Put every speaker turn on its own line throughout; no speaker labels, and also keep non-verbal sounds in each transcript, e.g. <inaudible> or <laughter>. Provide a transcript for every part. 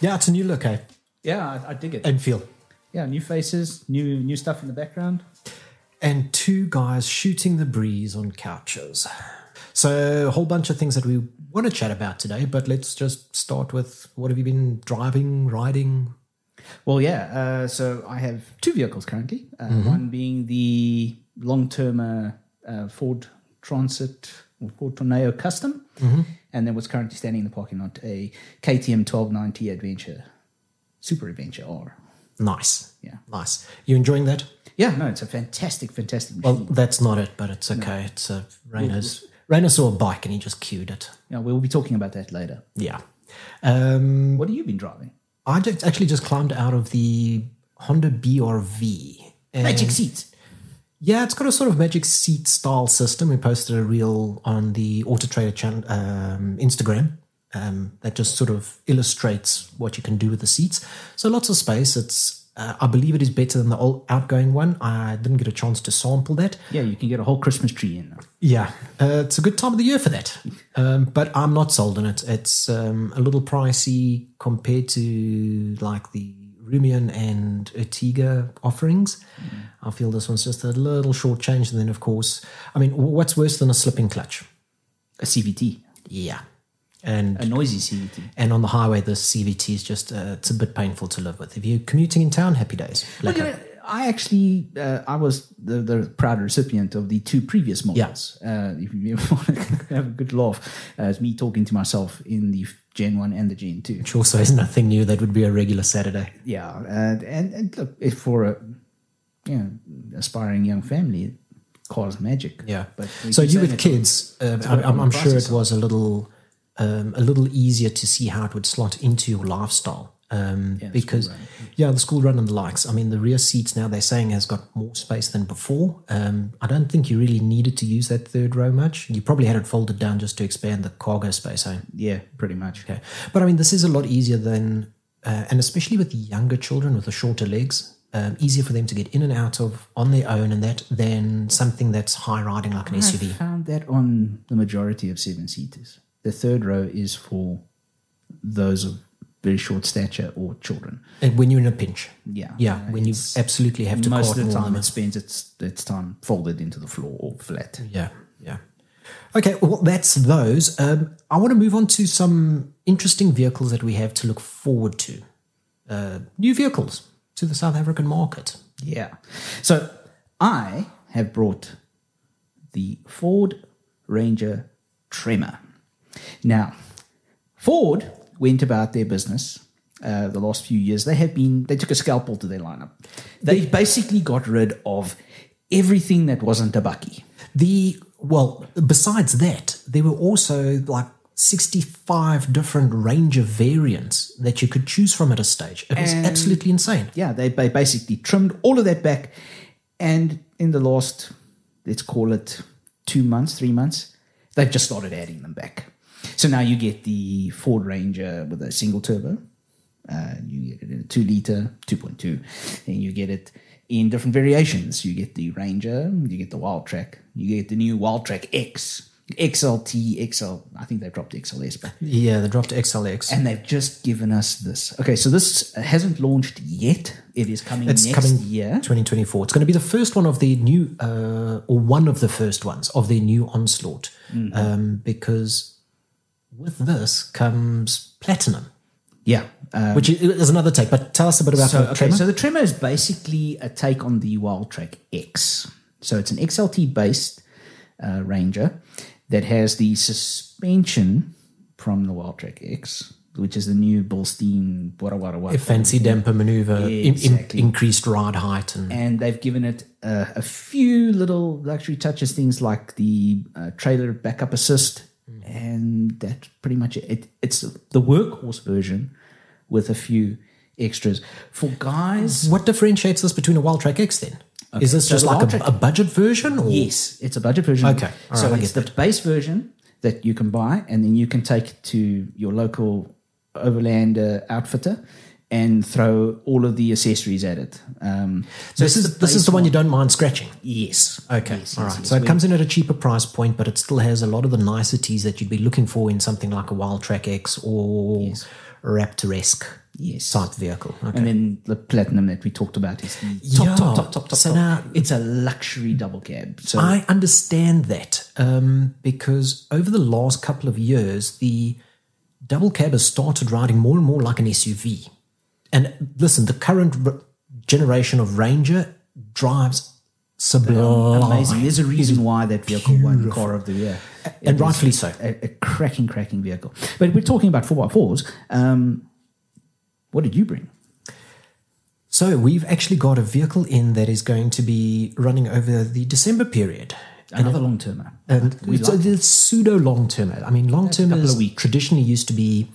Yeah, it's a new look, eh?
Yeah, I, I dig it.
And feel.
yeah, new faces, new new stuff in the background.
and two guys shooting the breeze on couches. So, a whole bunch of things that we want to chat about today, but let's just start with what have you been driving, riding?
Well, yeah. Uh, so I have two vehicles currently. Uh, One being the long-term uh, uh, Ford Transit or Ford Tornado Custom, and then what's currently standing in the parking lot, a KTM 1290 Adventure, Super Adventure R.
Nice.
Yeah.
Nice. You enjoying that?
Yeah, no, it's a fantastic, fantastic machine.
Well, that's not it, but it's okay. It's a
Mm-hmm.
Rainer's. Rainer saw a bike and he just cued it.
Yeah, we'll be talking about that later.
Yeah. Um,
What have you been driving?
I just actually just climbed out of the Honda BRV. and-
Magic seats.
Yeah, it's got a sort of magic seat style system. We posted a reel on the Auto Trader chan- um, Instagram um, that just sort of illustrates what you can do with the seats. So lots of space. It's uh, I believe it is better than the old outgoing one. I didn't get a chance to sample that.
Yeah, you can get a whole Christmas tree in.
Yeah, uh, it's a good time of the year for that. Um, but I'm not sold on it. It's um, a little pricey compared to like the Rumian and Ertiga offerings.
Mm.
I feel this one's just a little short change. And then, of course, I mean, w- what's worse than a slipping clutch?
A CVT,
Yeah. And
a noisy CVT.
and on the highway, the CVT is just, uh, it's a bit painful to live with. If you're commuting in town, happy days.
Look,
Lekker.
you know, I actually uh, I was the, the proud recipient of the two previous models. Uh, if you <laughs> ever want to have a good laugh, uh, it's me talking to myself in the Gen One and the Gen
<laughs>
Two.
Which also is nothing new. That would be a regular Saturday.
Yeah, and and, and look, if for a you know, aspiring young family, cars magic.
Yeah.
but
so
keep
you
saying
with
it.
kids, um, I,
on
I'm,
the
I'm sure
prices.
it was a little, um, a little easier to see how it would slot into your lifestyle. Um,
Yeah, the
because
school
yeah, the school run and the likes. I mean, the rear seats now they're saying has got more space than before. Um, I don't think you really needed to use that third row much. You probably had it folded down just to expand the cargo space. eh?
yeah, pretty much.
Okay. But I mean, this is a lot easier than, uh, and especially with younger children with the shorter legs, um, easier for them to get in and out of on their own and that than something that's high riding like an
I
SUV.
found that on the majority of seven seaters. The third row is for those of very short stature or children.
And when you're in a pinch.
Yeah.
Yeah. when you absolutely have to
most of
carton
the
all
time
them.
it spends its its time folded into the floor or flat.
Yeah. Yeah. Okay. Well, that's those. Um, I want to move on to some interesting vehicles that we have to look forward to. Uh, new vehicles to the South African market.
Yeah. So I have brought the Ford Ranger Tremor. Now, Ford went about their business uh, the last few years. They have been they took a scalpel to their lineup. They, basically got rid of everything that wasn't a Bucky.
The well, besides that, there were also like 65 different range of variants that you could choose from at a stage. It was
And-
absolutely insane.
yeah, they, they basically trimmed all of that back. And in the last, let's call it two months, three months, they've just started adding them back. So now you get the Ford Ranger with a single turbo. Uh, you get it in a 2 liter, 2.2, and you get it in different variations. You get the Ranger, you get the Wild Track, you get the new Wild Track X, XLT, XL. I think they dropped XLS, but
Yeah, they dropped XLX.
and they've just given us this. Okay, so this hasn't launched yet. It is coming
It's
next
coming
year.
2024. It's going to be the first one of the new, uh, or one of the first ones of the new onslaught,
Mm-hmm.
um, because with this comes platinum,
Yeah. Uh,
which i- is another take. But tell us a bit about
so
the
okay,
Tremor.
so the Tremor is basically a take on the Wild Track X. So it's an XLT based uh, Ranger that has the suspension from the Wild Track X, which is the new Bilstein wada wada wada.
Fancy damper maneuver, im- im-
Exactly.
increased ride height, and
and they've given it uh, a few little luxury touches, things like the uh, trailer backup assist, and that's pretty much it. it. It's the workhorse version with a few extras for guys.
What differentiates this between a Wild Track X then? Is this
so
just
the
like
Wild
a, a budget version? Or?
Yes, it's a budget version.
Okay, all
so
right, I
it's the base version that you can buy, and then you can take to your local overland uh, outfitter and throw all of the accessories at it. Um,
So this is this is the one you don't mind scratching.
yes.
Okay,
Yes,
all
yes,
right.
yes.
so it comes in at a cheaper price point, but it still has a lot of the niceties that you'd be looking for in something like a Wild Track X or Raptoresque
Yes. Mm.
type vehicle. Okay.
And then the platinum that we talked about is the top,
Yeah.
top, top, top, top.
So
top.
now-
it's a luxury double cab. So
I understand that um, because over the last couple of years, the double cab has started riding more and more like an SUV. And listen, the current r- generation of Ranger drives sublime.
amazing. There's a reason why that vehicle won Car of the Year.
Oh, And
It was
rightfully so.
A, a cracking, cracking vehicle. But we're talking about 4x4s. Um, what did you bring?
So we've actually got a vehicle in that is going to be running over the December period.
Another long termer.
And it's a it's pseudo long term. I mean, long term
couple of
is
weeks.
traditionally used to be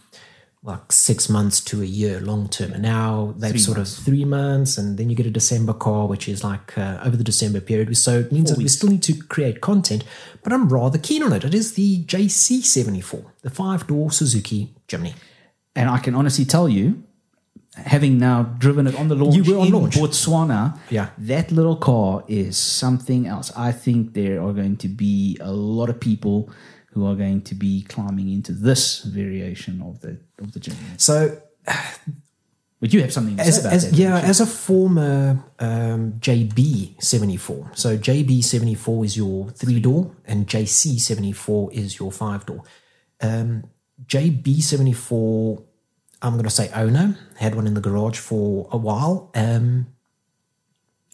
like six months to a year long term. And now they've sort of three months, and then you get a December car, which is like uh, over the December period. So it means that we still need to create content, but I'm rather keen on it. It is the JC74, the five door Suzuki Jimny.
And I can honestly tell you, having now driven it on the launch
You were on
in
launch.
Botswana,
Yeah.
that little car is something else. I think there are going to be a lot of people who are going to be climbing into this variation of the of the journey.
So
But you have something to say
as,
about
as-
that.
yeah, as a former um, JB seventy four. So JB seventy four is your three door, and JC seventy four is your five door. Um, JB seventy four, I'm going to say owner had one in the garage for a while. Um,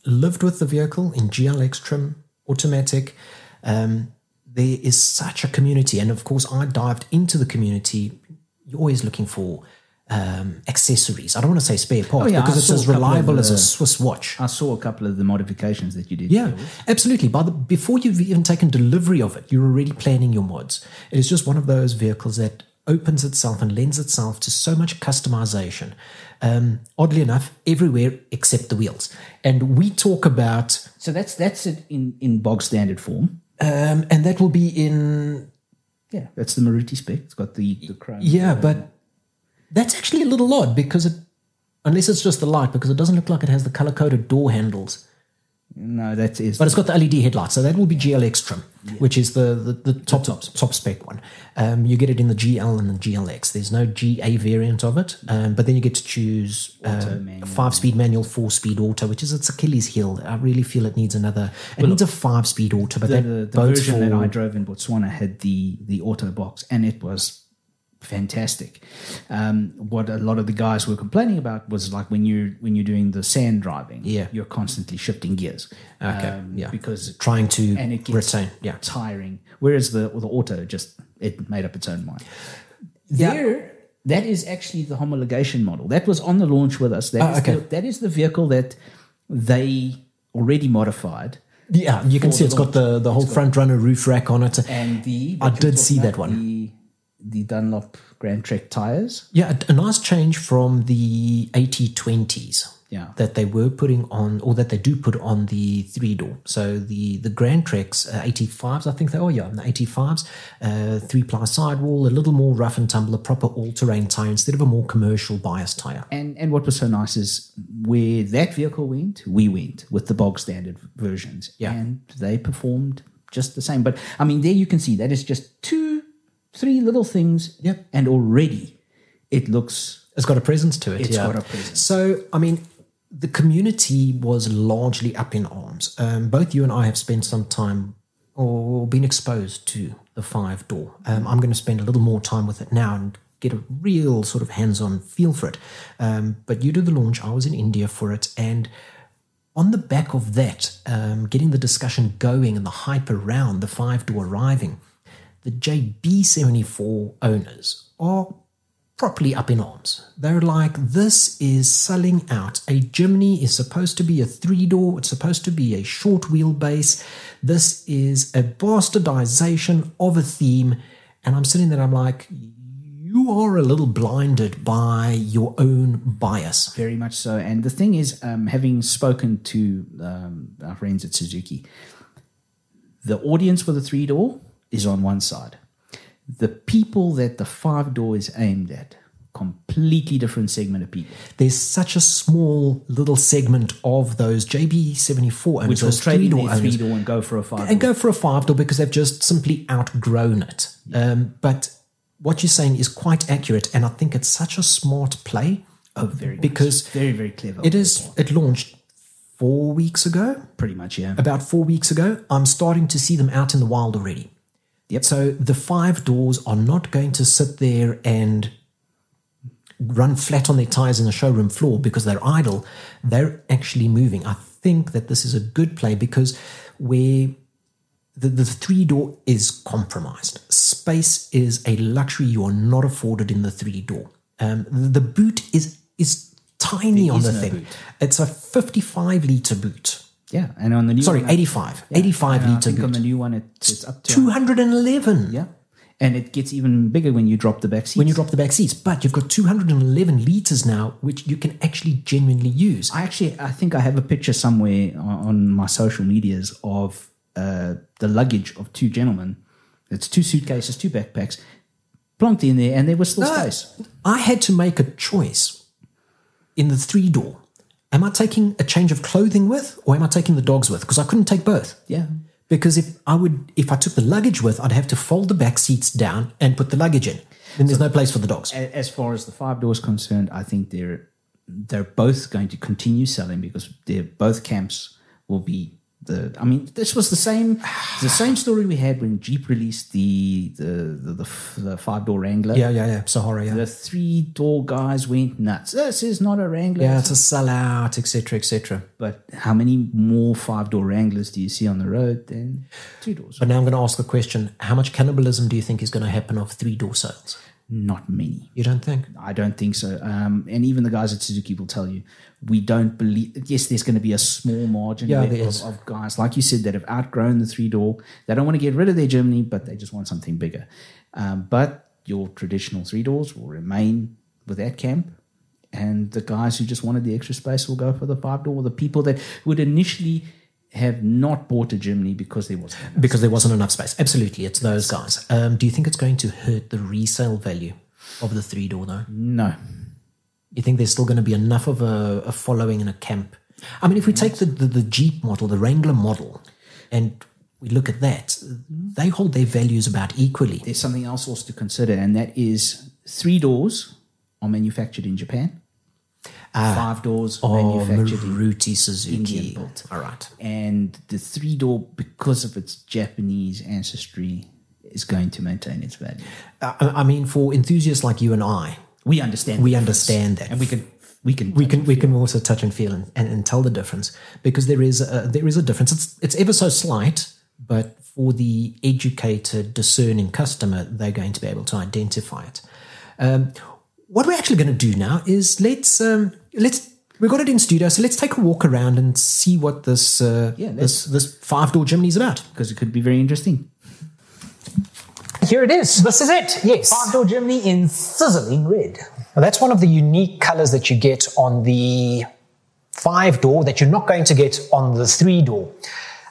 lived with the vehicle in GLX trim, automatic. Um, there is such a community, and of course, I dived into the community. You're always looking for um, accessories. I don't want to say spare parts
Oh, yeah,
because
I
it's
saw a
as
couple of,
reliable as
uh,
a Swiss watch.
I saw a couple of the modifications that you did.
Yeah, absolutely. By the before you've even taken delivery of it, you're already planning your mods. It is just one of those vehicles that opens itself and lends itself to so much customization. Um, oddly enough, everywhere except the wheels. And we talk about,
So that's that's it in, in bog standard form.
um, and that will be in
Yeah. That's the Maruti spec. It's got the, the chrome.
yeah, but that's actually a little odd because it, unless it's just the light, because it doesn't look like it has the color coded door handles.
No, that is
But it's got the LED headlights, so that will be GLX trim, which is the the, the top, top spec one. Um, you get it in the GL and the GLX. There's no GA variant of it, um, but then you get to choose um, a five-speed manual, four-speed auto, which is its Achilles heel. I really feel it needs another. It needs a five-speed auto, but
the,
that
the, the
bodes
version
for
that I drove in Botswana had the the auto box, and it was fantastic. Um, what a lot of the guys were complaining about was like when you when you're doing the sand driving,
Yeah.
you're constantly shifting gears, Um,
Okay, yeah.
because
trying to
and it gets
retain. Yeah,
tiring. Whereas the the auto just it made up its own mind.
Yeah.
There, that is actually the homologation model. That was on the launch with us. That is
Ah, okay.
the, that is the vehicle that they already modified.
yeah. You can see it's got the the whole front runner roof rack on it.
and the
I
what you
did
were
see
talking
that
about,
one.
The, the Dunlop Grand Trek tires.
Yeah, a, a nice change from the 8020s
Yeah.
that they were putting on, or that they do put on the three door. So the the Grand Treks uh, 85s, I think they are, yeah, the 85s, uh, three ply sidewall, a little more rough and tumble, a proper all terrain tire instead of a more commercial bias tire.
And and what was so nice is where that vehicle went, we went with the bog standard versions.
Yeah.
And they performed just the same. But I mean, there you can see that is just two, three little things.
Yep.
And already it looks
It's got a presence to it.
It's
yeah.
got a presence.
So, I mean, the community was largely up in arms. Um, both you and I have spent some time or been exposed to the five door. Um, I'm going to spend a little more time with it now and get a real sort of hands on feel for it. Um, but you did the launch, I was in India for it. And on the back of that, um, getting the discussion going and the hype around the five door arriving, the JB74 owners are properly up in arms. They're like, this is selling out. A Jimny is supposed to be a three door, it's supposed to be a short wheelbase. This is a bastardization of a theme. And I'm sitting there, I'm like, you are a little blinded by your own bias.
very much so. And the thing is, um, having spoken to um, our friends at Suzuki, the audience for the three door is on one side. The people that the five door is aimed at, completely different segment of people,
There's such a small little segment of those JB74 owners,
which will
those
trade
three
in
door
their three
owners,
door and go for a five.
and go for a five door because they've just simply outgrown it. Um, but what you're saying is quite accurate, and I think it's such a smart play.
Oh, very
Because
very very clever.
It is. It launched four weeks ago.
pretty much yeah.
About four weeks ago, I'm starting to see them out in the wild already.
Yep.
So the five doors are not going to sit there and run flat on their tires in the showroom floor because they're idle. They're actually moving. I think that this is a good play because where the, the three door is compromised. Space is a luxury you are not afforded in the three door. Um, the boot is is tiny on
is
the
no
thing.
boot.
It's a 55 liter boot.
Yeah, and on the new
Sorry,
one,
85. 85
I
liter
think on
boot.
the new one it, it's up to
211
yeah, and it gets even bigger when you drop the back seat.
when you drop the back seats. But you've got 211 liters now, which you can actually genuinely use.
I actually, I think I have a picture somewhere on on my social medias of uh, the luggage of two gentlemen. It's two suitcases, two backpacks, plonked in there, and there was still space.
I had to make a choice in the three door. Am I taking a change of clothing with, or am I taking the dogs with? Because I couldn't take both.
Yeah,
Because if I would, if I took the luggage with, I'd have to fold the back seats down and put the luggage in. Then there's no place for the dogs.
A- as far as the five doors concerned, I think they're they're both going to continue selling because they're both camps will be the. I mean, this was the same the same story we had when Jeep released the the the, the, f- the five door Wrangler.
Yeah, yeah, yeah. Sahara. Yeah,
The three door guys went nuts. This is not a Wrangler.
yeah. It's a sellout, etc., etc.
But how many more five door Wranglers do you see on the road than two doors?
But now I'm going to ask the question: How much cannibalism do you think is going to happen of three door sales?
Not many.
You don't think?
I don't think so. Um, and even the guys at Suzuki will tell you, we don't believe. Yes, there's going to be a small margin
Yeah,
of,
there is.
of guys, like you said, that have outgrown the three door. They don't want to get rid of their Germany, but they just want something bigger. Um, but your traditional three doors will remain with that camp. And the guys who just wanted the extra space will go for the five door. The people that would initially have not bought a Germany because there was
Because there wasn't enough space. Absolutely, it's those guys. Um, do you think it's going to hurt the resale value of the three door though?
no.
You think there's still going to be enough of a, a following in a camp? I mean, if we take the, the, the Jeep model, the Wrangler model, and we look at that, they hold their values about equally.
there's something else also to consider, and that is three doors are manufactured in Japan, five doors are
Ah. Oh,
manufactured in
Maruti Suzuki.
Indian built.
All right.
and the three door, because of its Japanese ancestry, is going to maintain its value.
I, I- I mean, for enthusiasts like you and I,
We understand.
we
that,
understand that.
and we can we can
we can we can also touch and feel and, and, and tell the difference because there is a, there is a difference. It's it's ever so slight, but for the educated, discerning customer, they're going to be able to identify it. Um, what we're actually going to do now is let's um, let's we got it in studio, so let's take a walk around and see what this uh,
Yeah, let's-
this this five door Jimny is about.
because it could be very interesting.
Here it is. This is it.
Yes.
Five door Germany in sizzling red.
Now, that's one of the unique colors that you get on the
Five door that you're not going to get on the three door.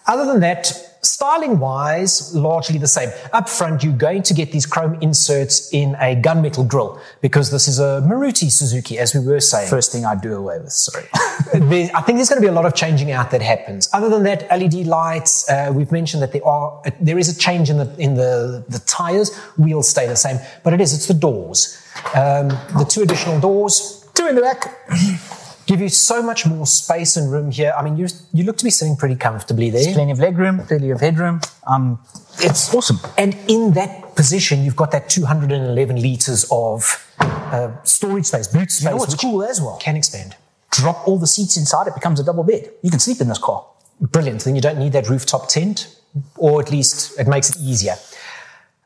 Other than that, styling wise, largely the same. Up front, you're going to get these chrome inserts in a gunmetal grill because this is a Maruti Suzuki, as we were saying.
first thing I do away with. Sorry.
There- I think <laughs> there's going to be a lot of changing out that happens. Other than that, LED lights. Uh, we've mentioned that there are uh, there is a change in the in the the tires. Wheels stay the same, but it is it's the doors. Um, the two additional doors
Two in the back.
<clears throat> give you so much more space and room here. I mean, you you look to be sitting pretty comfortably there.
Plenty of leg room. Plenty of headroom. Um, it's awesome.
And in that position, you've got that 211 liters of uh, storage space, boot space,
You know what's
which
cool as well?
can expand.
Drop all the seats inside. It becomes a double bed. You can sleep in this car.
brilliant. Then you don't need that rooftop tent, or at least it makes it easier.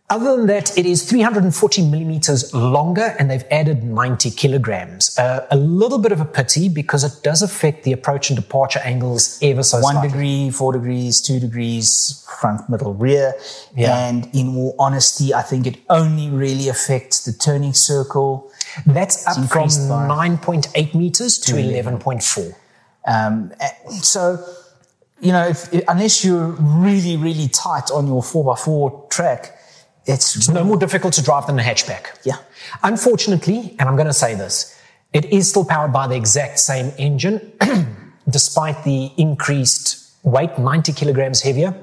Other than that, it is 340 millimeters longer, and they've added 90 kilograms. Uh, a little bit of a pity because it does affect the approach and departure angles ever so
One
slightly.
degree, four degrees, two degrees, front, middle, rear.
Yeah.
And in all honesty, I think it only really affects the turning circle.
That's up from
increased by-
9.8 meters to 11.4.
Um, a- so, you know, if, unless you're really, really tight on your 4x4 track, it's,
Mm-hmm.
It's no more difficult to drive than a hatchback.
Yeah.
Unfortunately, and I'm going to say this, it is still powered by the exact same engine, <clears throat> despite the increased weight, 90 kilograms heavier.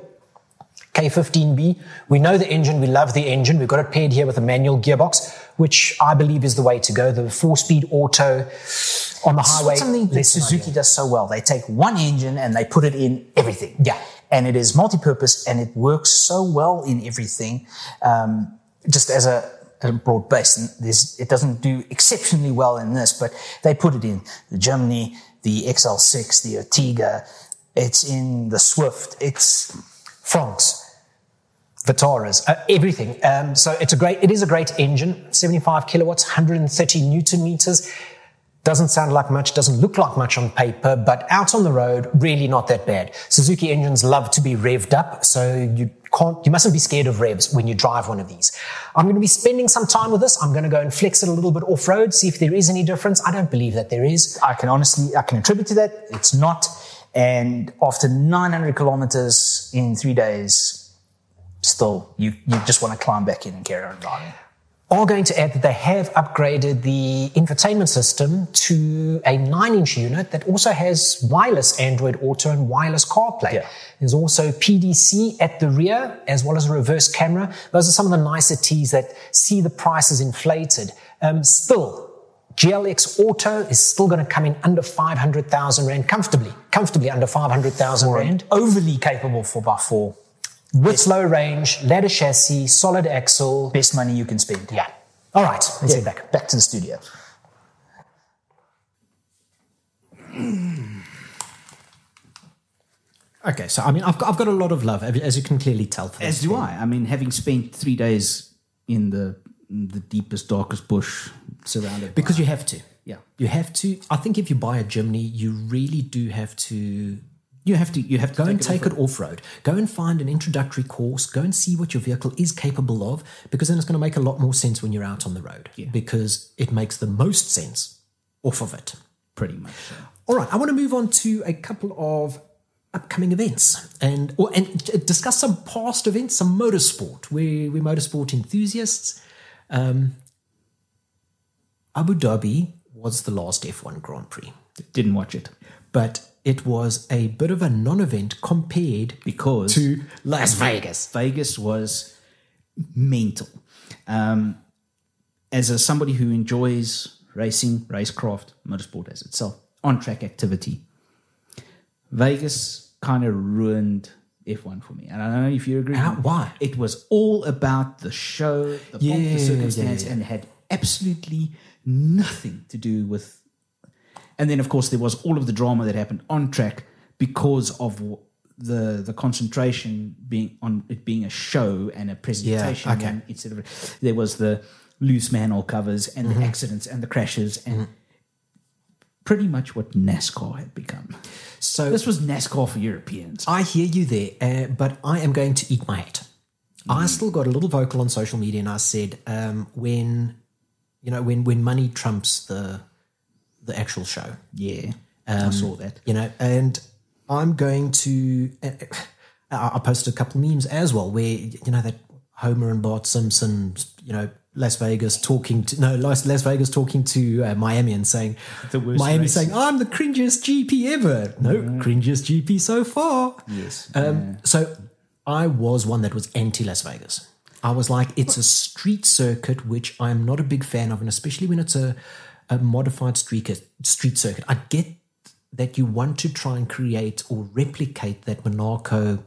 K15B. We know the engine. We love the engine. We've got it paired here with a manual gearbox, which I believe is the way to go. The four-speed auto on the
This is
highway.
something that
less than
Suzuki
ideal.
does so well. They take one engine and they put it in everything.
Yeah.
And it is multi-purpose and it works so well in everything, um, just as a, a broad base. And there's, it doesn't do exceptionally well in this, but they put it in the Germany, the XL6, the Ertiga. It's in the Swift. It's
Francs, Vitaras, uh, everything. Um, so it's a great. It is a great engine. 75 kilowatts, 130 newton meters. Doesn't sound like much, doesn't look like much on paper, but out on the road, really not that bad. Suzuki engines love to be revved up, so you can't, you mustn't be scared of revs when you drive one of these. I'm going to be spending some time with this. I'm going to go and flex it a little bit off road, see if there is any difference. I don't believe that there is.
I can honestly, I can attribute to that. It's not. And after 900 kilometers in three days, still, you, you just want to climb back in and carry on driving.
are going to add that they have upgraded the infotainment system to a 9-inch unit that also has wireless Android Auto and wireless CarPlay.
Yeah.
There's also PDC at the rear, as well as a reverse camera. Those are some of the niceties that see the prices inflated. Um, still, GLX Auto is still going to come in under 500,000 Rand, comfortably, comfortably under 500,000 Rand.
Overly capable 4x4.
With low range, leather chassis, solid axle.
Best money you can spend.
Yeah. All right, let's
Yeah,
head back.
back, back to the studio.
Okay, so I mean, I've got, I've got a lot of love, as you can clearly tell. For
As
this.
do I. I mean, having spent three days in the in the deepest, darkest bush, surrounded
because you have to.
Yeah.
you have to. I think if you buy a Jimny, you really do have to
you have to you have to
go
take
and
it
take it off road. Go and find an introductory course. Go and see what your vehicle is capable of, because then it's going to make a lot more sense when you're out on the road. Because it makes the most sense off of it.
pretty much. so.
All right, I want to move on to a couple of upcoming events and or, and d- discuss some past events, some motorsport. We we're motorsport enthusiasts. Um, Abu Dhabi was the last F1 Grand Prix,
Didn't watch it
but it was a bit of a non-event compared
because
to Las Vegas.
Vegas was mental. Um, as a, somebody who enjoys racing, racecraft, motorsport as itself, on track activity, Vegas kind of ruined F1 for me. And I don't know if you agree.
How- why?
It was all about the show, the pomp,
Yeah,
the circumstance,
yeah, yeah.
and had absolutely nothing to do with and then, of course, there was all of the drama that happened on track because of w- the the concentration being on it being a show and a presentation.
okay.
and instead of there was the loose manhole covers and the accidents and the crashes and pretty much what NASCAR had become.
So
This was NASCAR for Europeans.
I hear you there, uh, but I am going to eat my hat. I still got a little vocal on social media, and I said, um, when you know, when when money trumps the the actual show,
Yeah, Um, I saw that.
you know, and I'm going to. and uh, I I posted a couple of memes as well, where you know that Homer and Bart Simpson, you know, Las Vegas talking to no Las, Las Vegas talking to uh, Miami and saying
The worst
Miami
race.
saying I'm the cringiest GP ever. No, cringiest GP so far.
Yes.
Um, so I was one that was anti Las Vegas. I was like, it's a street circuit, which I'm not a big fan of, and especially when it's a, a modified street, street circuit. I get that you want to try and create or replicate that Monaco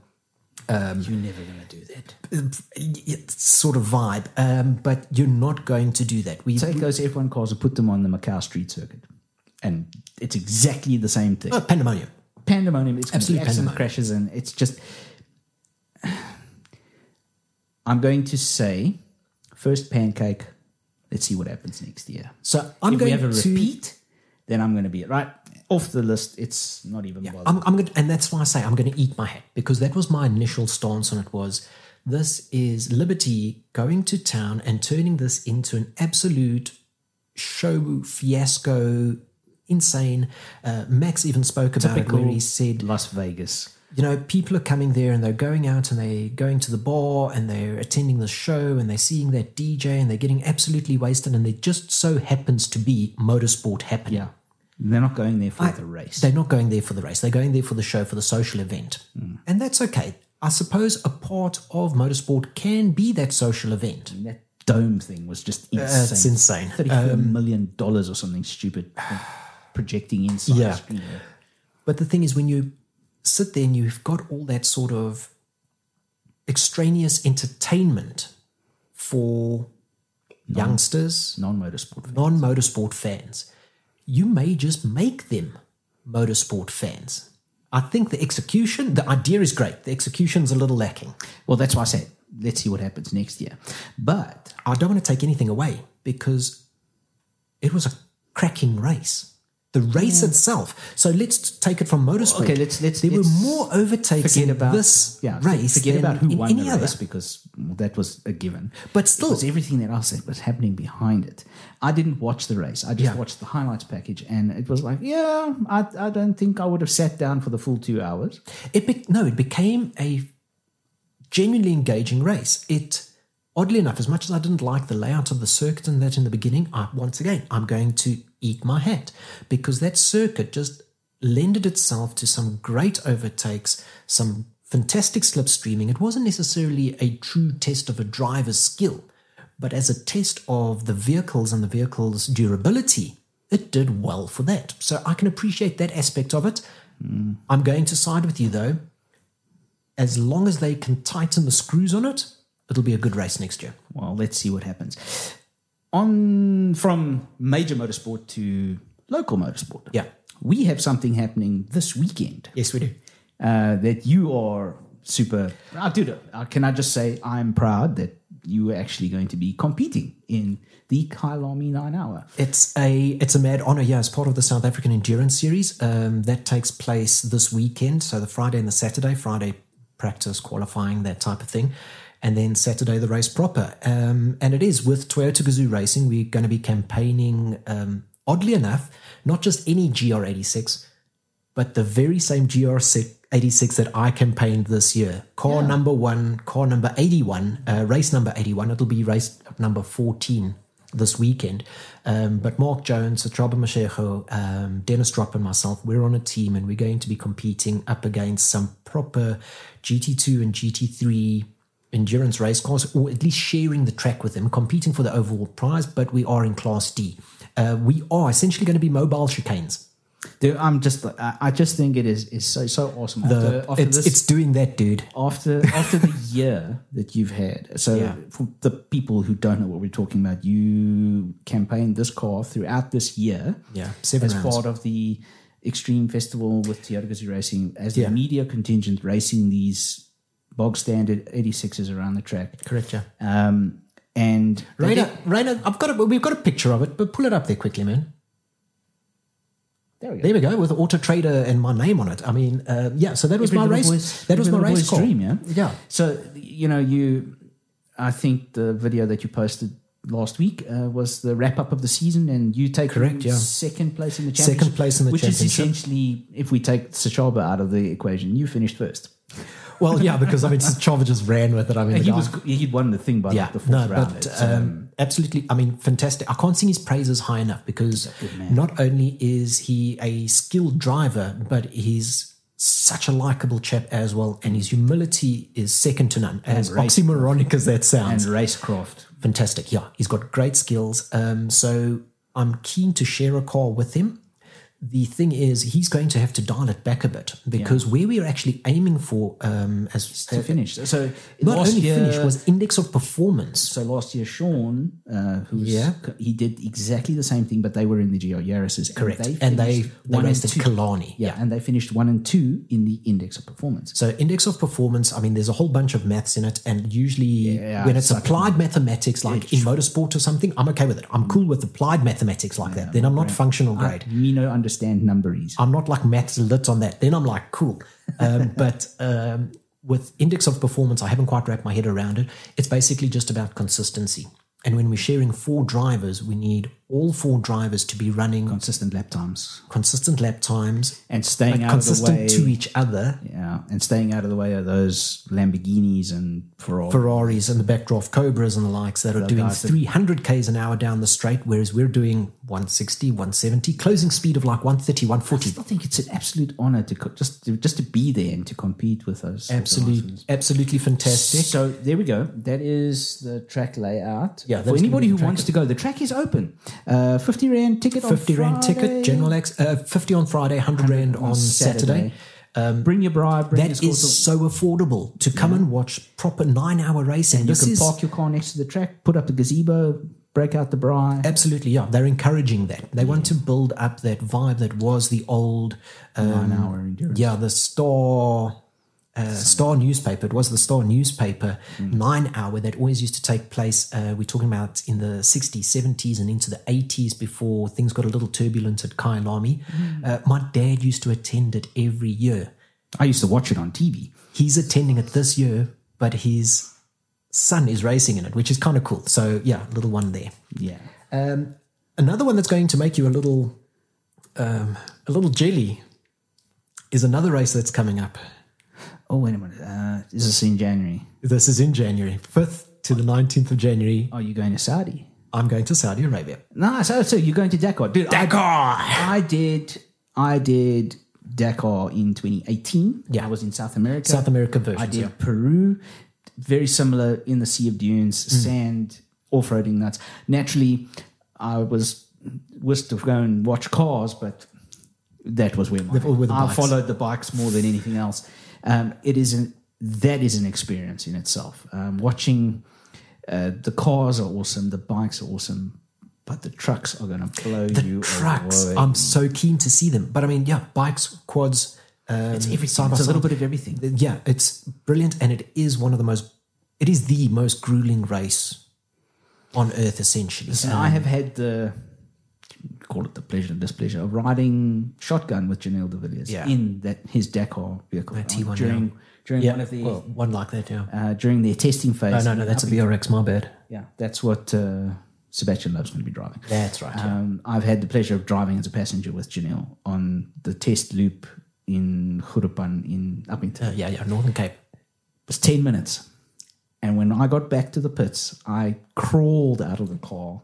um, You're never going to do that.
uh, sort of vibe, um, but you're not going to do that. We
Take those F1 cars and put them on the Macau street circuit, and it's exactly the same thing.
Oh, pandemonium.
pandemonium. It's
Absolute
absolute accident
pandemonium.
crashes, and it's just. <sighs> I'm going to say, first pancake. Let's see what happens next year.
So I'm
if
going
we have a
to
repeat, then I'm going to be right off the list. It's not even bothered.
I'm, I'm gonna, and that's why I say I'm going to eat my hat because that was my initial stance on it. Was this is Liberty going to town and turning this into an absolute show fiasco, insane? Uh, Max even spoke about it where he said
Las Vegas.
you know, people are coming there and they're going out and they're going to the bar and they're attending the show and they're seeing that DJ and they're getting absolutely wasted and there just so happens to be motorsport happening.
Yeah, they're not going there for the race.
They're not going there for the race. They're going there for the show, for the social event. And that's okay. I I suppose a part of motorsport can be that social event.
And that dome thing was just insane.
That's insane.
Thirty-four
um,
million dollars or
<sighs>
something stupid like, projecting inside.
Yeah.
the screen.
But the thing is, when you sit there and you've got all that sort of extraneous entertainment for youngsters,
Non-motorsport.
non motorsport fans, you may just make them motorsport fans. I think the execution, the idea is great. The execution's a little lacking.
Well, that's why I said let's see what happens next year. But
I don't want to take anything away because it was a cracking race. The race itself. So let's take it from motorsport.
Mm. Okay, let's- let's-
There
let's
were more overtakes in
forget about
this
yeah,
race.
Forget
than
about who
in
won
any
the
other.
race because that was a given.
But
it
still,
was everything that else that was happening behind it. I didn't watch the race. I just
Yeah.
watched the highlights package, and it was like, yeah, I, I don't think I would have sat down for the full two hours.
it be- no, it became a genuinely engaging race. It oddly enough, as much as I didn't like the layout of the circuit and that in the beginning, I once again I'm going to eat my hat because that circuit just lended itself to some great overtakes, some fantastic slipstreaming. It wasn't necessarily a true test of a driver's skill, but as a test of the vehicles and the vehicle's durability, it did well for that. So I can appreciate that aspect of it. I'm going to side with you though. As long as they can tighten the screws on it, it'll be a good race next year.
Well, let's see what happens. On from major motorsport to local motorsport.
Yeah.
we have something happening this weekend.
Yes, we do.
uh, that you are super. I do. know- uh, Can I just say I'm proud that you are actually going to be competing in the Kailami Nine Hour.
It's a it's a mad honor. Yeah, as part of the South African Endurance Series, um, that takes place this weekend. So the Friday and the Saturday, Friday practice, qualifying, that type of thing, and then Saturday the race proper. Um, and it is with Toyota Gazoo Racing. We're going to be campaigning. Um, oddly enough, not just any GR86, but the very same GR86 that I campaigned this year, car number one, car number 81, uh, race number 81, it'll be race number 14 this weekend. Um, but Mark Jones, Satraba Mashego, um, Dennis Drop, and myself, we're on a team and we're going to be competing up against some proper GT2 and GT3 endurance race cars, or at least sharing the track with them, competing for the overall prize. But we are in Class D. Uh, we are essentially going to be mobile chicanes.
Dude, I'm just. I I just think it is is so so awesome.
The-
after, after
Uh, it's,
this,
it's doing that, dude.
after after
<laughs>
the year that you've had. So
Yeah.
for the people who don't know what we're talking about, you campaigned this car throughout this year.
Yeah, seven
as
rounds.
part of the Extreme Festival with Toyota Gazoo Racing as
Yeah.
the media contingent racing these bog standard 86s around the track.
Correct, yeah.
Um, and they
Rainer,
did-
Rainer, I've got a, we've got a picture of it, but pull it up there quickly, man.
there we go.
There we go, with Auto Trader and my name on it. I mean, uh, yeah. So that was
Every
my
little
race.
boy's-
that was
every
my
little
race
boy's
call.
dream, yeah?
yeah.
So you know, you, I think the video that you posted last week uh, was the wrap up of the season, and you take
Correct, yeah.
second place in the
Second
championship,
place in the
which is
championship.
essentially if we take Sachaba out of the equation, you finished first.
Well, yeah, because <laughs> I mean, Chava just ran with it. I mean, the
he
guy-
was he'd won the thing by
yeah,
like the fourth
no,
round.
but
It's,
um, absolutely. I mean, fantastic. I can't sing his praises high enough because not only is he a skilled driver, but he's such a likable chap as well, and his humility is second to none. As
race-
oxymoronic as that
and
sounds,
racecraft.
fantastic. Yeah, he's got great skills. Um, so I'm keen to share a car with him. The thing is, he's going to have to dial it back a bit because where we are actually aiming for, um, as
to finish. So
not
last
only
year,
finish was index of performance.
so last year Sean, uh, who's
Yeah.
he did exactly the same thing, but they were in the GR Yaris's.
Correct. And they,
finished
they raced at
and two.
Killarney.
Yeah, and they finished one and two in the index of performance.
So index of performance, I mean, there's a whole bunch of maths in it. And usually
yeah,
when it's
suck
applied mathematics, like in motorsport or something, I'm okay with it. I'm cool with applied mathematics like that. Then I'm not functional grade.
Me no understand numberies.
I'm not like maths lit on that. Then I'm like, cool. Um, <laughs> but um, with index of performance, I haven't quite wrapped my head around it. It's basically just about consistency. And when we're sharing four drivers, we need all four drivers to be running
consistent lap times
consistent lap times,
and staying out of the way.
consistent to each other.
yeah, and staying out of the way of those Lamborghinis and Ferrari.
Ferraris and the backdraft Cobras and the likes that are doing
guys that-
300 k's an hour down the straight, whereas we're doing 160, 170, closing speed of like 130, 140.
I think it's an absolute honor to co- just to, just to be there and to compete with those.
Absolutely, absolutely fantastic.
So there we go. That is the track layout.
Yeah,
for
that's
anybody
the
who
track.
wants to go, the track is open. Uh, Fifty rand ticket. on
50 rand
Friday.
ticket, general ex, uh, 50 on Friday, 100 rand on Saturday. Um,
bring your bribe. Bring
That
your
is so affordable to come and watch proper nine hour racing.
You
This
can
is-
park your car next to the track, put up a gazebo, break out the bri.
Absolutely, yeah. They're encouraging that. They want to build up that vibe that was the old um,
Nine hour endurance.
Yeah, the Star uh, Star newspaper. It was the Star newspaper nine hour that always used to take place. Uh, we're talking about in the sixties, seventies, and into the eighties before things got a little turbulent at Kailami. Uh, my dad used to attend it every year.
I used to watch it on TV.
He's attending it this year, but his son is racing in it, which is kind of cool. So yeah, little one there.
Yeah.
Another one that's going to make you a little, um, a little jelly, is another race that's coming up.
Oh wait a minute. Uh, is this in January?
This is in January, 5th to the 19th of January.
Are you going to Saudi?
I'm going to Saudi Arabia.
No, so, so you're going to Dakar, dude. I-
Dakar!
I did I did Dakar in 2018.
Yeah.
I was in South America.
South America version.
I did Peru. Very similar in the Sea of Dunes, sand, off roading nuts. Naturally, I was wished to go and watch cars, but that was where my
all with the
I
bikes.
followed the bikes more than anything else. Um, it is an that is an experience in itself. Um, watching uh, the cars are awesome, the bikes are awesome, but the trucks are going to blow you
Trucks.
away.
I'm so keen to see them. But I mean, yeah, bikes, quads. Um, it's
everything. It's a little bit of everything.
Yeah, it's brilliant. And it is one of the most, it is the most grueling race on earth, essentially. Uh,
And I have had the call it the pleasure and displeasure of riding shotgun with Janelle de Villiers
Yeah.
in that his Dakar vehicle
T1L.
during during
yeah,
one of the
well, one like that, yeah.
uh, during their testing phase.
Oh, no, no, that's a BRX, my bad.
yeah, that's what uh, Sebastian Love's going to be driving.
That's right, yeah.
Um, I've had the pleasure of driving as a passenger with Janelle on the test loop in Hurupan in up in
Uh, yeah, yeah, Northern Cape.
was 10 minutes. And when I got back to the pits, I crawled out of the car,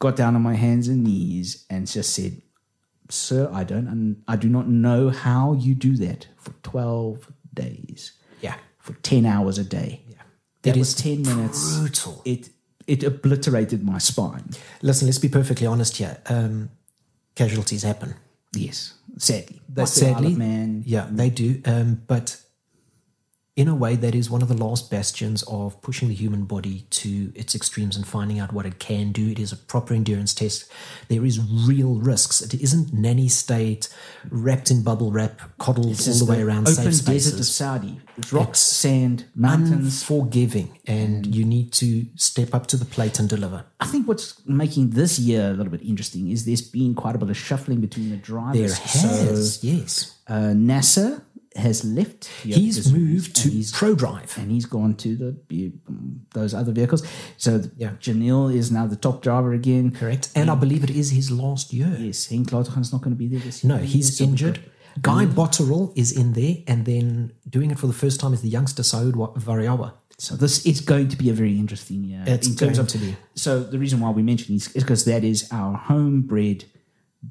got down on my hands and knees, and just said, Sir, I don't, un- I do not know how you do that for 12 days,
Yeah.
for 10 hours a day. Yeah. That
It
was
is
10 minutes.
brutal.
It, it obliterated my spine.
Listen, let's be perfectly honest here. Um, casualties happen.
Yes, sadly.
That's
Lots of Isle of
sadly-
man.
Yeah, they do. Um, but in a way, that is one of the last bastions of pushing the human body to its extremes and finding out what it can do. It is a proper endurance test. There is real risks. It isn't nanny state, wrapped in bubble wrap, coddled all
It's
the way around
open
safe
desert of
spaces.
Saudi. It's rocks, sand, mountains.
Unforgiving, and
Mm.
you need to step up to the plate and deliver.
I think what's making this year a little bit interesting is there's been quite a bit of shuffling between the
There
drivers.
has, yes.
So, uh, NASA has left. Toyota
He's
Gazoo
moved
and
to
he's,
Pro Drive.
and he's gone to the um, those other vehicles. So
Yeah.
Janil is now the top driver again.
Correct. And I
Mm.
believe it is his last year.
Yes, Henk Lotgen's not going to be there this year.
No, he's
So we've
injured. Guy Botterill is in there, and then doing it for the first time is the youngster Saud Wa- Variawa.
got- So this is going to be a very interesting year.
It's
in terms
going
of,
to be.
So the reason why we mention is because that is our homebred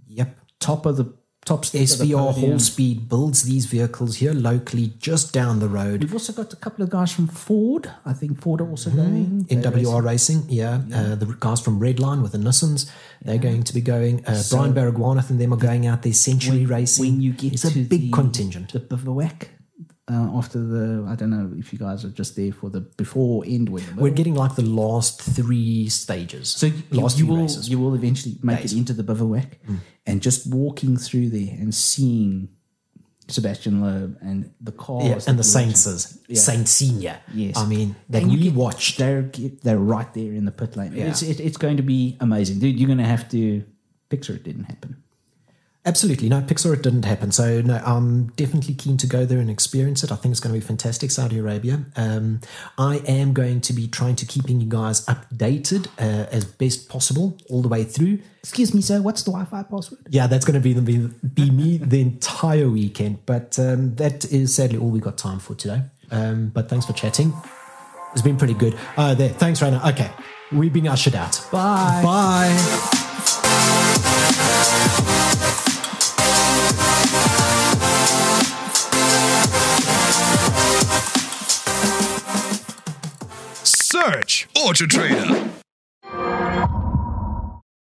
Yep.
top of the top step of the
SVR
podium.
Hall Speed builds these vehicles here locally, just down the road.
We've also got a couple of guys from Ford. I think Ford are
Mm-hmm.
also going.
NWR Racing, yeah. Uh, the guys from Redline with the Nissans, they're going to be going. Uh, Brian Baragwanath and them are going out there. Century Racing.
When you get
it's
to
a big
the-
contingent.
the bivouac uh, after the. I don't know if you guys are just there for the before end win.
We're getting like the last three stages.
so you,
last
you
few
will
races. Hmm.
you will eventually make it into the bivouac, and just walking through there and seeing Sebastian Loeb and the cars
yeah,
that
and the
you're watching.
Saints, Saint Senior.
Yes.
I mean that
And you
we
get-
watched.
They're they're right there in the pit lane. It's it, it's going to be amazing, dude. You're going to have to picture it didn't happen.
Absolutely. No, Pixar, it didn't happen. So, no, I'm definitely keen to go there and experience it. I think it's going to be fantastic, Saudi Arabia. Um, I am going to be trying to keeping you guys updated uh, as best possible all the way through.
Excuse me, sir. What's the Wi-Fi password?
Yeah, that's going to be, the, be, be me <laughs> the entire weekend. But um, that is sadly all we got time for today. Um, but thanks for chatting. It's been pretty good. Uh, there. Thanks, Rainer. Okay. We've been ushered out.
Bye.
Bye.
Search Auto Trader.